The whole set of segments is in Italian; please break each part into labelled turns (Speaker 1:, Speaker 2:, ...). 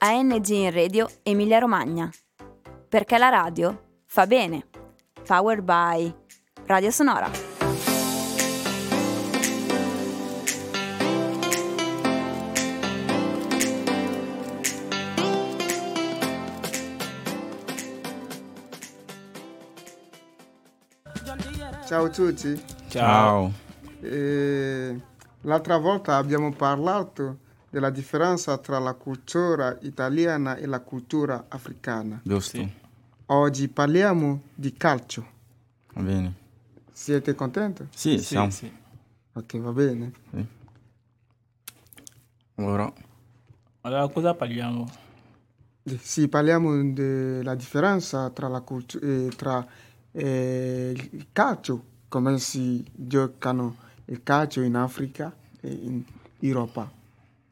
Speaker 1: ANG in Radio Emilia Romagna. Perché la radio fa bene. Powered by Radio Sonora.
Speaker 2: Ciao a tutti.
Speaker 3: Ciao.
Speaker 2: Eh, l'altra volta abbiamo parlato della differenza tra la cultura italiana e la cultura africana.
Speaker 3: Giusto.
Speaker 2: Oggi parliamo di calcio.
Speaker 3: Va bene.
Speaker 2: Siete contenti?
Speaker 3: Sì, siamo.
Speaker 2: Ok, va bene.
Speaker 3: Allora,
Speaker 4: Allora, cosa parliamo?
Speaker 2: Sì, parliamo della differenza tra, la cultu- eh, tra eh, il calcio, come si giocano il calcio in Africa e in Europa.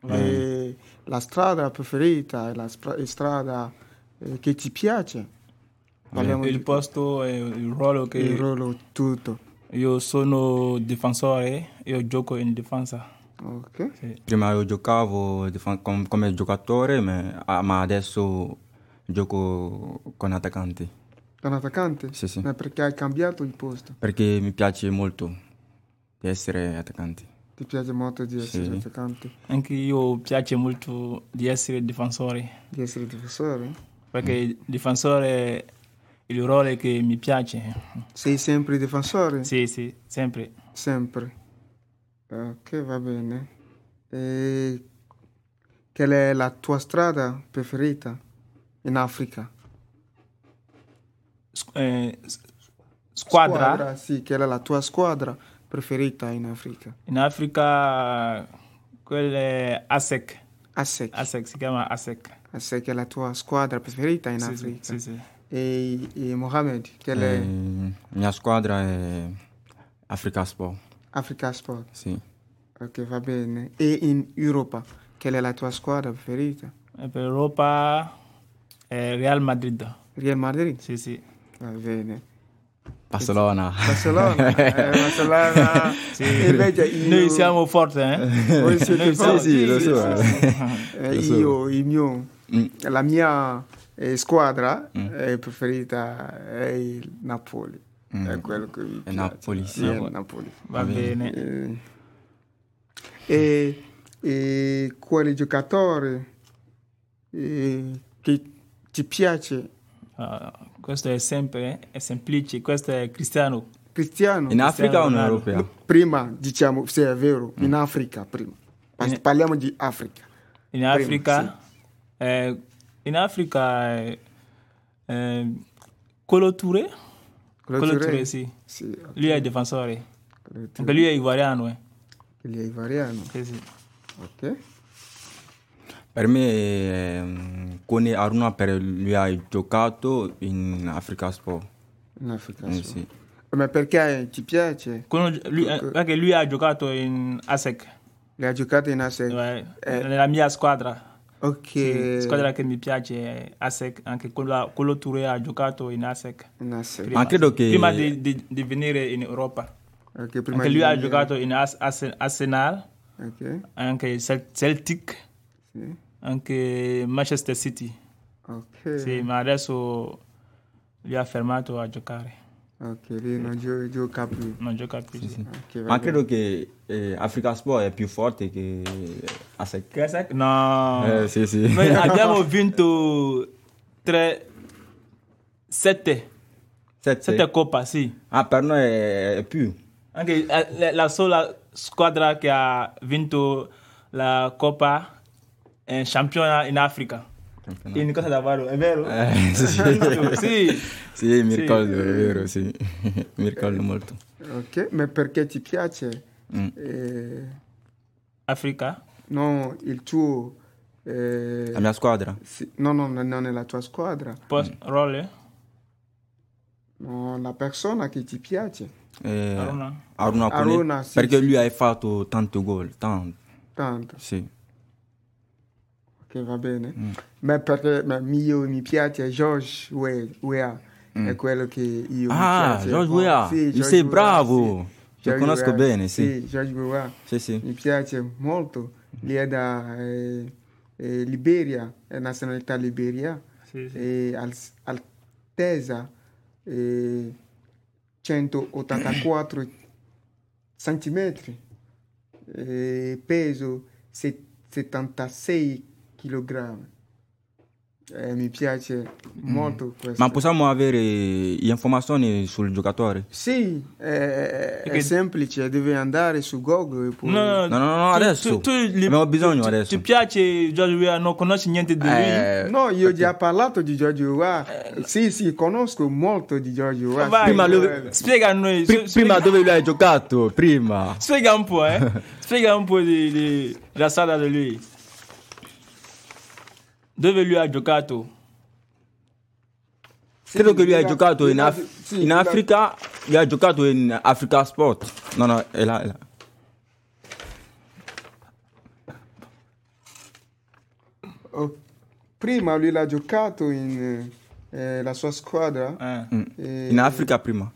Speaker 2: E la strada preferita, e la spra- strada eh, che ti piace. Parliamo
Speaker 4: Il
Speaker 2: del
Speaker 4: posto e il ruolo che
Speaker 2: ruolo tutto.
Speaker 4: io sono difensore, io gioco in difesa.
Speaker 2: Ok.
Speaker 3: prima io giocavo dif- com- come giocatore, ma, ah, ma adesso gioco con attaccanti
Speaker 2: Da un attaccante?
Speaker 3: Sì, sì.
Speaker 2: Ma perché hai cambiato il posto?
Speaker 3: perché mi piace molto di essere attaccanti.
Speaker 2: Ti piace molto di essere
Speaker 3: Sì.
Speaker 2: attaccante,
Speaker 4: Anche io piace molto di essere difensore,
Speaker 2: di essere difensore?
Speaker 4: perché il difensore è il ruolo che mi piace.
Speaker 2: Sei sempre difensore?
Speaker 4: Sì, sì, sempre.
Speaker 2: Sempre. Ok, va bene. E qual è la tua strada preferita in Africa?
Speaker 4: Squ- eh, s- squadra.
Speaker 2: Sì, qual è la tua squadra preferita in Africa?
Speaker 4: in Africa, quella è ASEC.
Speaker 2: ASEC.
Speaker 4: ASEC si chiama ASEC.
Speaker 2: ASEC è la tua squadra preferita in
Speaker 4: Sì, sì,
Speaker 2: Africa.
Speaker 4: sì, sì.
Speaker 2: E, e Mohamed, qual è
Speaker 3: Eh, mia squadra è Africa Sport.
Speaker 2: Africa Sport?
Speaker 3: Sì.
Speaker 2: Ok, va bene. E in Europa, qual è la tua squadra preferita?
Speaker 4: E Per Europa è Real Madrid.
Speaker 2: Real Madrid?
Speaker 4: Sì, sì.
Speaker 2: Va bene.
Speaker 3: Barcellona.
Speaker 2: Barcellona, eh, Barcellona.
Speaker 4: Sì.
Speaker 2: Invece io-
Speaker 4: Noi siamo forti, eh?
Speaker 2: Voi siete
Speaker 4: Noi siamo-
Speaker 2: forti.
Speaker 3: sì, lo so.
Speaker 2: Eh,
Speaker 3: Lo so.
Speaker 2: io, il mio-
Speaker 3: Mm.
Speaker 2: la mia eh, squadra eh, preferita è il Napoli.
Speaker 3: Mm.
Speaker 2: È quello che mi piace.
Speaker 3: Napoli, sì.
Speaker 2: Sì, è il Napoli.
Speaker 4: Va bene.
Speaker 2: Eh, e, e quale giocatore eh, che ti piace?
Speaker 4: Ah, questo è sempre è semplice, questo è Cristiano.
Speaker 2: Cristiano?
Speaker 3: In Africa o in
Speaker 4: Ronaldo.
Speaker 3: Europea?
Speaker 2: prima, diciamo, se è vero,
Speaker 3: Mm.
Speaker 2: in Africa prima. Pas- Parliamo di Africa.
Speaker 4: In Africa, eh, in Africa eh, eh, Colo Touré, Colo Touré, sì.
Speaker 2: Sì, ok,
Speaker 4: Lui è difensore.
Speaker 2: Colo Touré.
Speaker 4: Anche lui è ivoriano, eh.
Speaker 2: Lui è ivoriano,
Speaker 4: Sì, sì.
Speaker 2: ok?
Speaker 3: Per me, ehm, con Aruna per lui ha giocato in Africa Sport.
Speaker 2: In Africa,
Speaker 3: Eh,
Speaker 2: sì.
Speaker 3: sì.
Speaker 2: Ma perché ti piace?
Speaker 4: Con- lui- eh, anche lui ha giocato in ASEC,
Speaker 2: Le ha giocate in ASEC?
Speaker 4: eh, nella mia squadra.
Speaker 2: Ok.
Speaker 4: Sì, squadra che mi piace è ASEC, anche quella, quello Touré ha giocato in ASEC.
Speaker 2: In ASEC.
Speaker 3: Ma credo che...
Speaker 4: Prima di, di- di venire in Europa.
Speaker 2: Ok, prima
Speaker 4: Anche
Speaker 2: di
Speaker 4: lui ha
Speaker 2: venire-
Speaker 4: giocato in As- As- Arsenal,
Speaker 2: Ok,
Speaker 4: anche Cel- Celtic,
Speaker 2: sì.
Speaker 4: anche Manchester City.
Speaker 2: Ok,
Speaker 4: Sì, ma adesso lui ha fermato a giocare.
Speaker 2: ok, lì non gio- gioca più.
Speaker 4: Non gioca più. sì.
Speaker 2: Ok, va
Speaker 3: Ma
Speaker 2: bene.
Speaker 3: credo che eh, Africa Sport è più forte che ASEC.
Speaker 4: Che ASEC? No.
Speaker 3: Eh, sì, sì.
Speaker 4: Noi abbiamo vinto 3 7
Speaker 3: Sette.
Speaker 4: Coppa, sì.
Speaker 3: Ah, per noi è, è più.
Speaker 4: Anche eh, la, la sola squadra che ha vinto la Coppa eh, Championa in Africa. In Costa d'Avorio, è vero?
Speaker 3: Eh, sì, sì.
Speaker 4: sì.
Speaker 3: Sì, mi
Speaker 4: Sì.
Speaker 3: ricordo, è vero, sì. mi ricordo molto.
Speaker 2: Ok, ma perché ti piace? eh,
Speaker 4: Africa.
Speaker 2: non il tuo... eh,
Speaker 3: La mia squadra?
Speaker 2: sì, no, no, no, non è la é tua squadra.
Speaker 4: Post
Speaker 3: Mm.
Speaker 4: Rolle,
Speaker 3: Eh.
Speaker 2: No, la persona é che ti piace.
Speaker 3: Eh,
Speaker 4: Aruna.
Speaker 3: Aruna Kone,
Speaker 2: Aruna, sì,
Speaker 3: Perché
Speaker 2: sì.
Speaker 3: lui ha fatto tanti gol, tanti.
Speaker 2: Tanto,
Speaker 3: Sì.
Speaker 2: ok, va eh. bene.
Speaker 3: Mm.
Speaker 2: Ma perché ma mio mi piace George We- Weah. È quello che io
Speaker 3: Mm. Ah,
Speaker 2: mi piace.
Speaker 3: George
Speaker 2: Oh,
Speaker 3: Weah,
Speaker 2: sì,
Speaker 3: lui
Speaker 2: George
Speaker 3: sei
Speaker 2: Weah,
Speaker 3: bravo.
Speaker 2: sì.
Speaker 3: Lo
Speaker 2: George
Speaker 3: conosco
Speaker 2: Weah,
Speaker 3: bene, sì.
Speaker 2: George Weah.
Speaker 3: Sì, sì.
Speaker 2: Mi piace molto. Lì è da eh, eh, Liberia, eh, nazionalità Liberia,
Speaker 4: Sì, sì.
Speaker 2: eh, al- altezza eh, 184 centimetri, eh, peso se- 76 kg. Eh, mi piace molto questo.
Speaker 3: Ma possiamo avere informazioni sul giocatore?
Speaker 2: Sì, è, è
Speaker 4: Perché-
Speaker 2: semplice, devi andare su Google e poi...
Speaker 4: No, no,
Speaker 3: No, no, no,
Speaker 4: Tu-
Speaker 3: adesso.
Speaker 4: tu- tu li-
Speaker 3: Abbiamo bisogno
Speaker 4: tu-
Speaker 3: adesso.
Speaker 4: Ti piace George Weah? Non conosci niente di lui?
Speaker 3: Eh,
Speaker 2: No, io ho già parlato di Giorgio Wa. sì, sì, conosco molto di Giorgio Wa.
Speaker 4: Vai,
Speaker 3: prima lui-
Speaker 2: eh,
Speaker 4: spiega a noi.
Speaker 3: pri-
Speaker 4: s-
Speaker 3: prima
Speaker 4: spiega-
Speaker 3: dove lui ha giocato? Prima.
Speaker 4: Spiega un po', eh. Spiega un po' di, di- della strada di lui. Dove lui ha giocato?
Speaker 3: Credo che lui ha
Speaker 2: la-
Speaker 3: giocato in,
Speaker 2: la-
Speaker 3: Af-
Speaker 2: sì,
Speaker 3: in
Speaker 2: la-
Speaker 3: Africa. Lui ha giocato in Africa Sport. No, no, è là, è là.
Speaker 2: oh, prima lui l'ha giocato in eh, la sua squadra.
Speaker 4: Eh.
Speaker 2: eh,
Speaker 3: In Africa prima.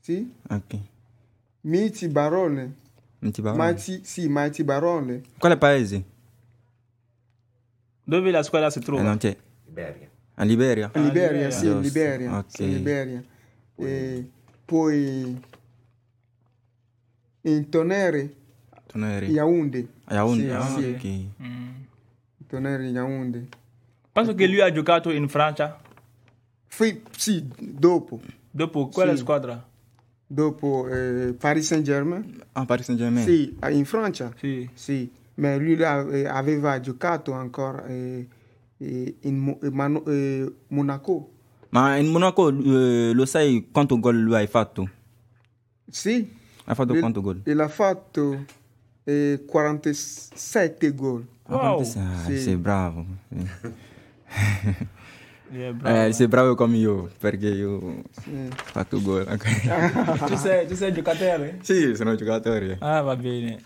Speaker 2: Sì,
Speaker 3: Ok.
Speaker 2: Mighty Barone.
Speaker 3: Non ti parlo.
Speaker 2: Mighty, sì, Mighty Barone.
Speaker 3: Quale paese?
Speaker 4: Dove la squadra si
Speaker 3: Eh,
Speaker 4: trova?
Speaker 3: non c'è. A Ah, Liberia.
Speaker 2: Liberia, sì,
Speaker 3: Giusto,
Speaker 2: Liberia.
Speaker 3: ok.
Speaker 2: sì, Liberia. E poi in Tonere,
Speaker 3: Tu non eri.
Speaker 2: Yaoundé.
Speaker 3: A Yaoundé.
Speaker 2: Sì,
Speaker 3: Ah,
Speaker 2: sì.
Speaker 3: ok.
Speaker 2: Tonere, Yaoundé.
Speaker 4: Penso che lui ha giocato in Francia.
Speaker 2: Fui- sì, dopo.
Speaker 4: Dopo quella
Speaker 2: Sì.
Speaker 4: squadra?
Speaker 2: dopo eh, Paris Saint-Germain,
Speaker 3: Ah, Paris Saint-Germain.
Speaker 2: sì, ah, in Francia,
Speaker 4: Sì.
Speaker 2: sì, ma lui là, eh, aveva giocato ancora eh, eh, in Mo- eh, Mano- eh, Monaco,
Speaker 3: Ma in Monaco eh, lo sai quanto gol lui hai fatto?
Speaker 2: sì,
Speaker 3: Hai fatto
Speaker 2: Lui-
Speaker 3: quanto gol?
Speaker 2: il ha fatto eh, 47 gol,
Speaker 3: Ah,
Speaker 4: Wow.
Speaker 3: quanto sei,
Speaker 2: Sì.
Speaker 3: sei bravo.
Speaker 4: Yeah, bravo.
Speaker 3: Eh, sei bravo come io, perché io ho
Speaker 2: sì. Ah,
Speaker 3: fatto gol. anche.
Speaker 4: tu, sei, tu sei giocatore?
Speaker 3: sì, sono giocatore.
Speaker 4: Ah, va bene.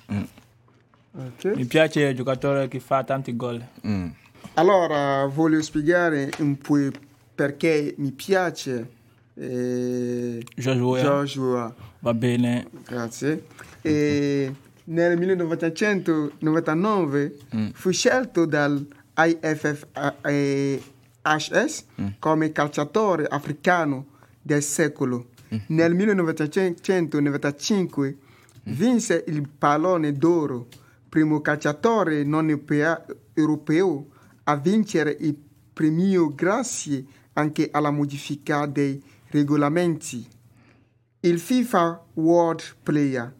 Speaker 2: ok?
Speaker 4: Mi piace il giocatore che fa tanti gol.
Speaker 3: Mm.
Speaker 2: Allora voglio spiegare un po' perché mi piace eh,
Speaker 4: George Weah.
Speaker 2: Joshua.
Speaker 4: Va bene.
Speaker 2: Grazie. E nel 1999 fu scelto eh, dall'IFFHS come calciatore africano del secolo. Nel 1995 vinse il pallone d'oro, primo calciatore non europea- europeo a vincere il premio grazie anche alla modifica dei regolamenti il FIFA World Player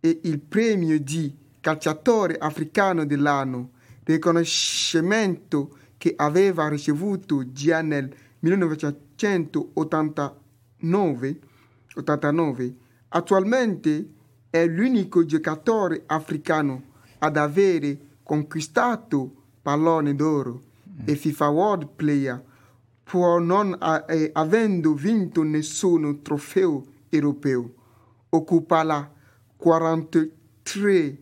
Speaker 2: e il premio di calciatore africano dell'anno, riconoscimento che aveva ricevuto già nel 1989. 89. Attualmente è l'unico giocatore africano ad avere conquistato pallone d'oro e FIFA World Player pur non a- eh, avendo vinto nessun trofeo europeo. Occupa la 43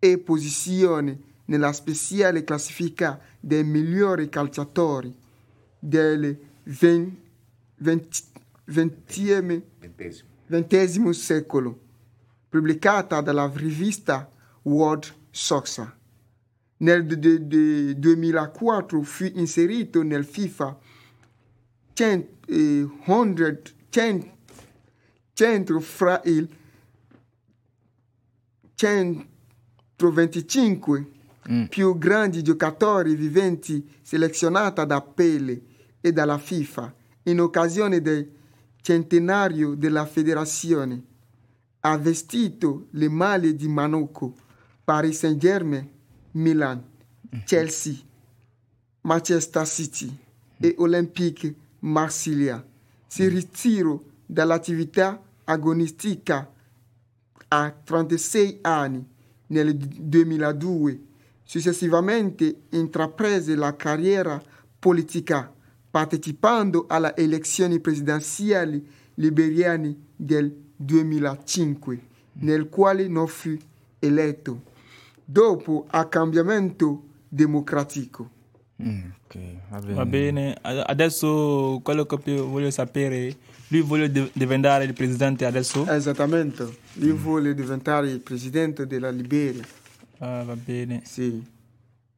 Speaker 2: e posizione nella speciale classifica dei migliori calciatori del ven- venti- ventieme- ventesimo secolo, pubblicata dalla rivista World Soccer. Nel de- de- de- 2004 fu inserito nel FIFA 100, eh, 100, 100 centro fra il 125 più grandi giocatori viventi selezionata da Pele e dalla FIFA in occasione del centenario della federazione. Ha vestito le maglie di Manocco, Paris Saint-Germain, Milan, Chelsea, Manchester City e Olympique Marsiglia. Si ritiro dall'attività agonistica a 36 anni nel 2002. Successivamente intraprese la carriera politica partecipando alle elezioni presidenziali liberiane del 2005, nel quale non fu eletto, dopo a cambiamento democratico.
Speaker 3: Mm, ok, va bene.
Speaker 4: Va bene. Ad- Adesso quello che più voglio sapere, lui vuole div- diventare il presidente adesso?
Speaker 3: Eh.
Speaker 2: Eh, Esattamente,
Speaker 4: Mm.
Speaker 2: lui vuole diventare il presidente della Liberia.
Speaker 4: Ah, va bene.
Speaker 2: Sì.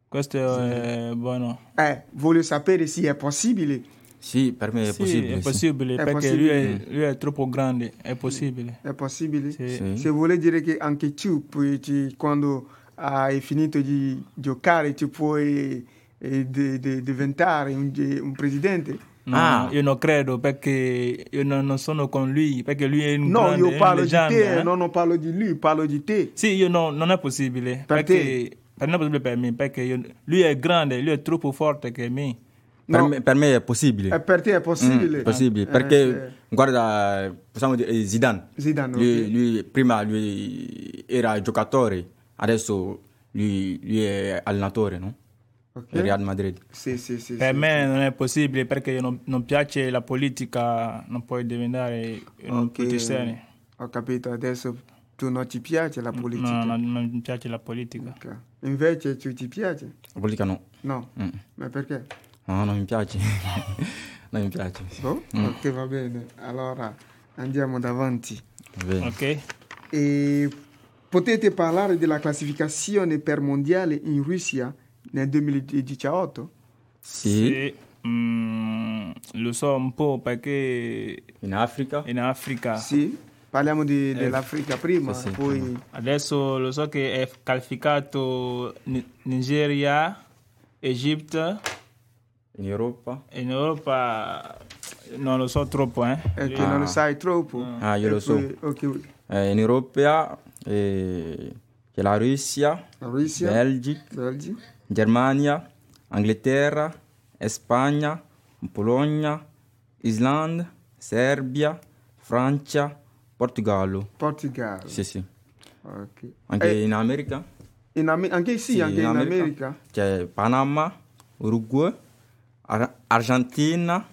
Speaker 4: Questo è buono.
Speaker 2: Eh, voglio sapere se è possibile.
Speaker 3: Sì, per me è
Speaker 4: Sì,
Speaker 3: possibile.
Speaker 4: è
Speaker 3: sì.
Speaker 4: possibile,
Speaker 2: È
Speaker 4: perché Lui,
Speaker 2: possibile.
Speaker 4: è, lui è troppo grande, è possibile.
Speaker 2: È possibile?
Speaker 3: Sì.
Speaker 2: Se vuol dire che anche tu, puoi, ti- quando hai finito di giocare, tu puoi eh, de- de- diventare un, un presidente.
Speaker 4: No,
Speaker 3: Ah.
Speaker 4: io non credo perché io non, non sono con lui, perché lui è un
Speaker 2: No,
Speaker 4: grande, è
Speaker 2: io
Speaker 4: una
Speaker 2: parlo di
Speaker 4: leggenda,
Speaker 2: te,
Speaker 4: eh.
Speaker 2: no, non parlo di lui, parlo di te.
Speaker 4: Sì, io no, non è possibile.
Speaker 2: Per
Speaker 4: perché, per- non è possibile per me, perché io- lui è grande, lui è troppo forte che me.
Speaker 3: Per,
Speaker 2: No.
Speaker 3: me, per me è possibile.
Speaker 2: E Eh, per te è possibile?
Speaker 3: Mm, possibile,
Speaker 2: Eh,
Speaker 3: perché
Speaker 2: sì.
Speaker 3: guarda, possiamo dire eh, Zidane.
Speaker 2: Zidane,
Speaker 3: lui,
Speaker 2: ok.
Speaker 3: lui- prima lui era giocatore, adesso lui, lui è allenatore, no?
Speaker 2: Ok.
Speaker 3: Il Real Madrid.
Speaker 2: Sì, sì, sì.
Speaker 4: Per
Speaker 2: sì.
Speaker 4: me non è possibile perché io non, non piace la politica, non puoi diventare un
Speaker 2: Ok.
Speaker 4: politiciano.
Speaker 2: Ho capito, adesso tu non ti piace la politica.
Speaker 4: No, non, non mi piace la politica.
Speaker 2: Ok. Invece tu ti piace?
Speaker 3: La politica no.
Speaker 2: No,
Speaker 3: Mm.
Speaker 2: ma perché?
Speaker 3: No, non mi piace. non mi piace.
Speaker 2: Oh?
Speaker 3: Mm.
Speaker 2: Ok, va bene. Allora andiamo davanti.
Speaker 3: Va
Speaker 2: Mm. Ah,
Speaker 3: bene.
Speaker 4: Ok?
Speaker 2: E potete parlare della classificazione per mondiale in Russia nel 2018?
Speaker 3: Sì,
Speaker 4: Sì, mm, lo so un po' perché
Speaker 3: in Africa.
Speaker 4: in Africa
Speaker 2: Sì, parliamo di- dell'Africa prima,
Speaker 3: Eh, sì, sì,
Speaker 2: poi...
Speaker 4: adesso lo so che è qualificato Ni- Nigeria, Egitto
Speaker 3: In Europa.
Speaker 4: e in Europa non lo so troppo. Eh.
Speaker 2: eh, che non lo sai troppo.
Speaker 3: Ah, io
Speaker 2: E
Speaker 3: lo so.
Speaker 2: poi- Ok,
Speaker 3: Eh, in Europa eh, c'è la Russia,
Speaker 2: la Russia,
Speaker 3: Belgica,
Speaker 2: Belgi-
Speaker 3: Germania, Inghilterra, Spagna, Polonia, Islanda, Serbia, Francia, Portogallo.
Speaker 2: Portogallo.
Speaker 3: Sì, sì.
Speaker 2: Ok.
Speaker 3: Anche in America.
Speaker 2: In Am- anche Eh, sì,
Speaker 3: Sì,
Speaker 2: anche in America.
Speaker 3: C'è Panama, Uruguay, Ar- Argentina,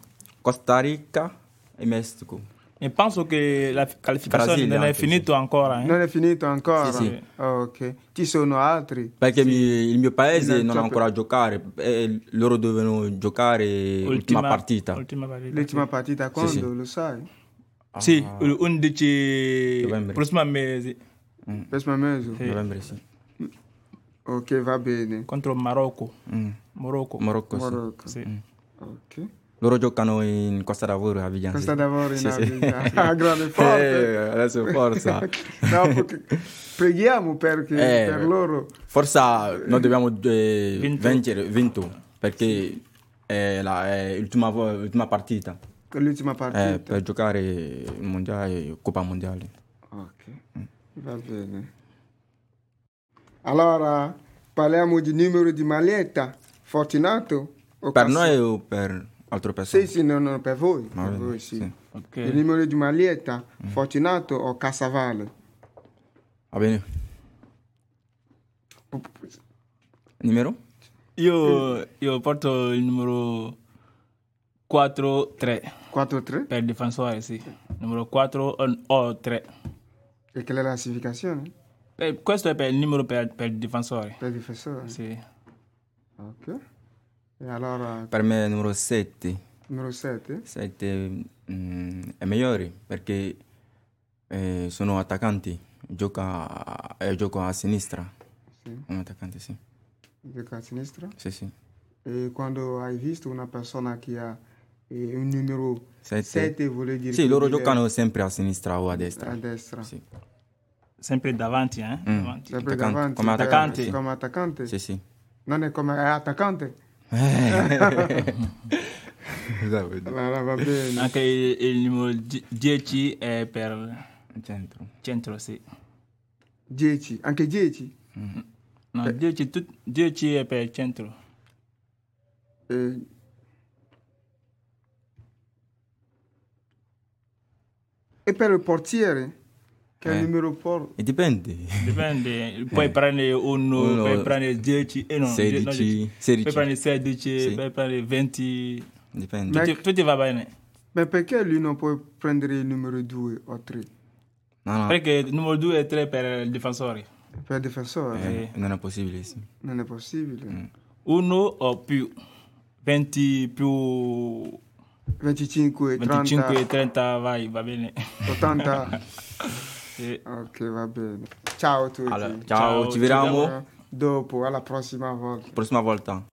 Speaker 3: Costa Rica e Messico.
Speaker 4: E penso che la qualificazione
Speaker 3: Brasile
Speaker 4: non è
Speaker 3: anche, sì.
Speaker 4: finita ancora. eh.
Speaker 2: Non è finito ancora?
Speaker 3: Sì, sì.
Speaker 2: Ok, ci sono altri.
Speaker 3: Perché mi- il mio paese
Speaker 2: Nel
Speaker 3: non ha
Speaker 2: top-
Speaker 3: ancora giocato, e loro devono giocare l'ultima partita.
Speaker 4: ultima partita.
Speaker 2: L'ultima partita quando,
Speaker 3: sì.
Speaker 2: lo sai?
Speaker 4: Sì, l'11
Speaker 3: Ah. Novembre.
Speaker 4: prossimo mese
Speaker 2: Prossimo mese.
Speaker 3: Novembre, sì.
Speaker 2: Ok, va bene.
Speaker 4: contro Marocco.
Speaker 3: Mm.
Speaker 4: Morocco.
Speaker 3: Marocco, sì.
Speaker 2: Morocco.
Speaker 4: Sì.
Speaker 3: Mm. Ah,
Speaker 2: Ok.
Speaker 3: Loro giocano in Costa d'Avorio a Viglianza.
Speaker 2: Costa d'Avorio in
Speaker 3: Sì, sì.
Speaker 2: Africa. Ah, grande
Speaker 3: Eh,
Speaker 2: forte.
Speaker 3: adesso forza.
Speaker 2: No, perché- preghiamo perché,
Speaker 3: Eh,
Speaker 2: per loro.
Speaker 3: Forza, noi dobbiamo eh,
Speaker 4: Vinto.
Speaker 3: vincere, vinto, perché è, la, è l'ultima, vo- l'ultima partita
Speaker 2: L'ultima
Speaker 3: eh,
Speaker 2: partita.
Speaker 3: per giocare il mondiale, Coppa Mondiale.
Speaker 2: Ok,
Speaker 3: Mm.
Speaker 2: va bene. Allora, parliamo di numero di maglietta. Fortunato? o
Speaker 3: Per
Speaker 2: Cassi-
Speaker 3: noi o per altre persone?
Speaker 2: Sì, sì, no, no, per voi. Per
Speaker 3: bene,
Speaker 2: voi, sì.
Speaker 3: sì. Mm.
Speaker 4: Ok.
Speaker 2: Il numero di maglietta, Fortunato o Cassavale?
Speaker 3: Va bene. Numero?
Speaker 4: Io, io porto il numero 4-3
Speaker 2: 4-3?
Speaker 4: per il difensore, sì. Numero oh, 4 o- o 3.
Speaker 2: E quella è la classificazione?
Speaker 4: Per- Eh, questo è per il numero per, per il difensore.
Speaker 2: Per il difensore?
Speaker 4: Sì.
Speaker 2: Ok. E allora,
Speaker 3: Per me è numero 7.
Speaker 2: numero 7?
Speaker 3: 7 mm, è migliore perché eh, sono attaccanti, gioca, eh, gioco a sinistra.
Speaker 2: Sì,
Speaker 3: Un attaccante, sì.
Speaker 2: gioca a sinistra.
Speaker 3: Sì, sì.
Speaker 2: E quando hai visto una persona che ha eh, un numero
Speaker 3: Sette.
Speaker 2: 7, vuol dire
Speaker 3: Sì,
Speaker 2: che
Speaker 3: loro
Speaker 2: lui è
Speaker 3: giocano sempre a sinistra o a
Speaker 2: a
Speaker 3: destra.
Speaker 2: destra.
Speaker 3: Sì,
Speaker 4: Sempre davanti, eh?
Speaker 3: Mm.
Speaker 4: Davanti.
Speaker 2: Sempre
Speaker 3: Attaccante,
Speaker 2: davanti,
Speaker 3: come
Speaker 2: per-
Speaker 3: attaccante.
Speaker 2: eh, come attaccante.
Speaker 3: sì. sì.
Speaker 2: Non è come è attaccante. Allora va bene.
Speaker 4: Anche il, il numero die- 10 è per
Speaker 3: Centro.
Speaker 4: centro, sì.
Speaker 2: 10, anche 10.
Speaker 4: No,
Speaker 3: Eh.
Speaker 4: 10, tut- 10 è per centro.
Speaker 2: Eh, E per il portiere, che
Speaker 3: Eh.
Speaker 2: numero porta?
Speaker 3: E dipende.
Speaker 4: Dipende, puoi prendere uno,
Speaker 3: Eh. Uno,
Speaker 4: puoi prendere 10, eh no,
Speaker 3: 16,
Speaker 4: no, 10.
Speaker 3: 16.
Speaker 4: puoi prendere 16,
Speaker 3: Sì.
Speaker 4: puoi prendere 20,
Speaker 3: Dipende.
Speaker 2: Ma-
Speaker 4: tutti, tutti va bene.
Speaker 2: Ma perché lui non può prendere il numero 2 o 3?
Speaker 3: No, no,
Speaker 4: Perché il numero 2 e 3 per il difensore,
Speaker 2: Per il difensore
Speaker 3: eh, non è possibile, sì.
Speaker 2: non è possibile.
Speaker 4: uno o più, 20 più
Speaker 2: 25,
Speaker 4: 25 e
Speaker 2: 30,
Speaker 4: 30 vai, va bene. Eh,
Speaker 2: 80.
Speaker 4: Sì.
Speaker 2: ok, va bene. Ciao a tutti.
Speaker 3: Allora, ciao,
Speaker 4: Ciao,
Speaker 3: ci
Speaker 4: ci
Speaker 2: Mm,
Speaker 3: vediamo.
Speaker 2: vediamo.
Speaker 5: Dopo, alla prossima volta.
Speaker 2: Prossima volta.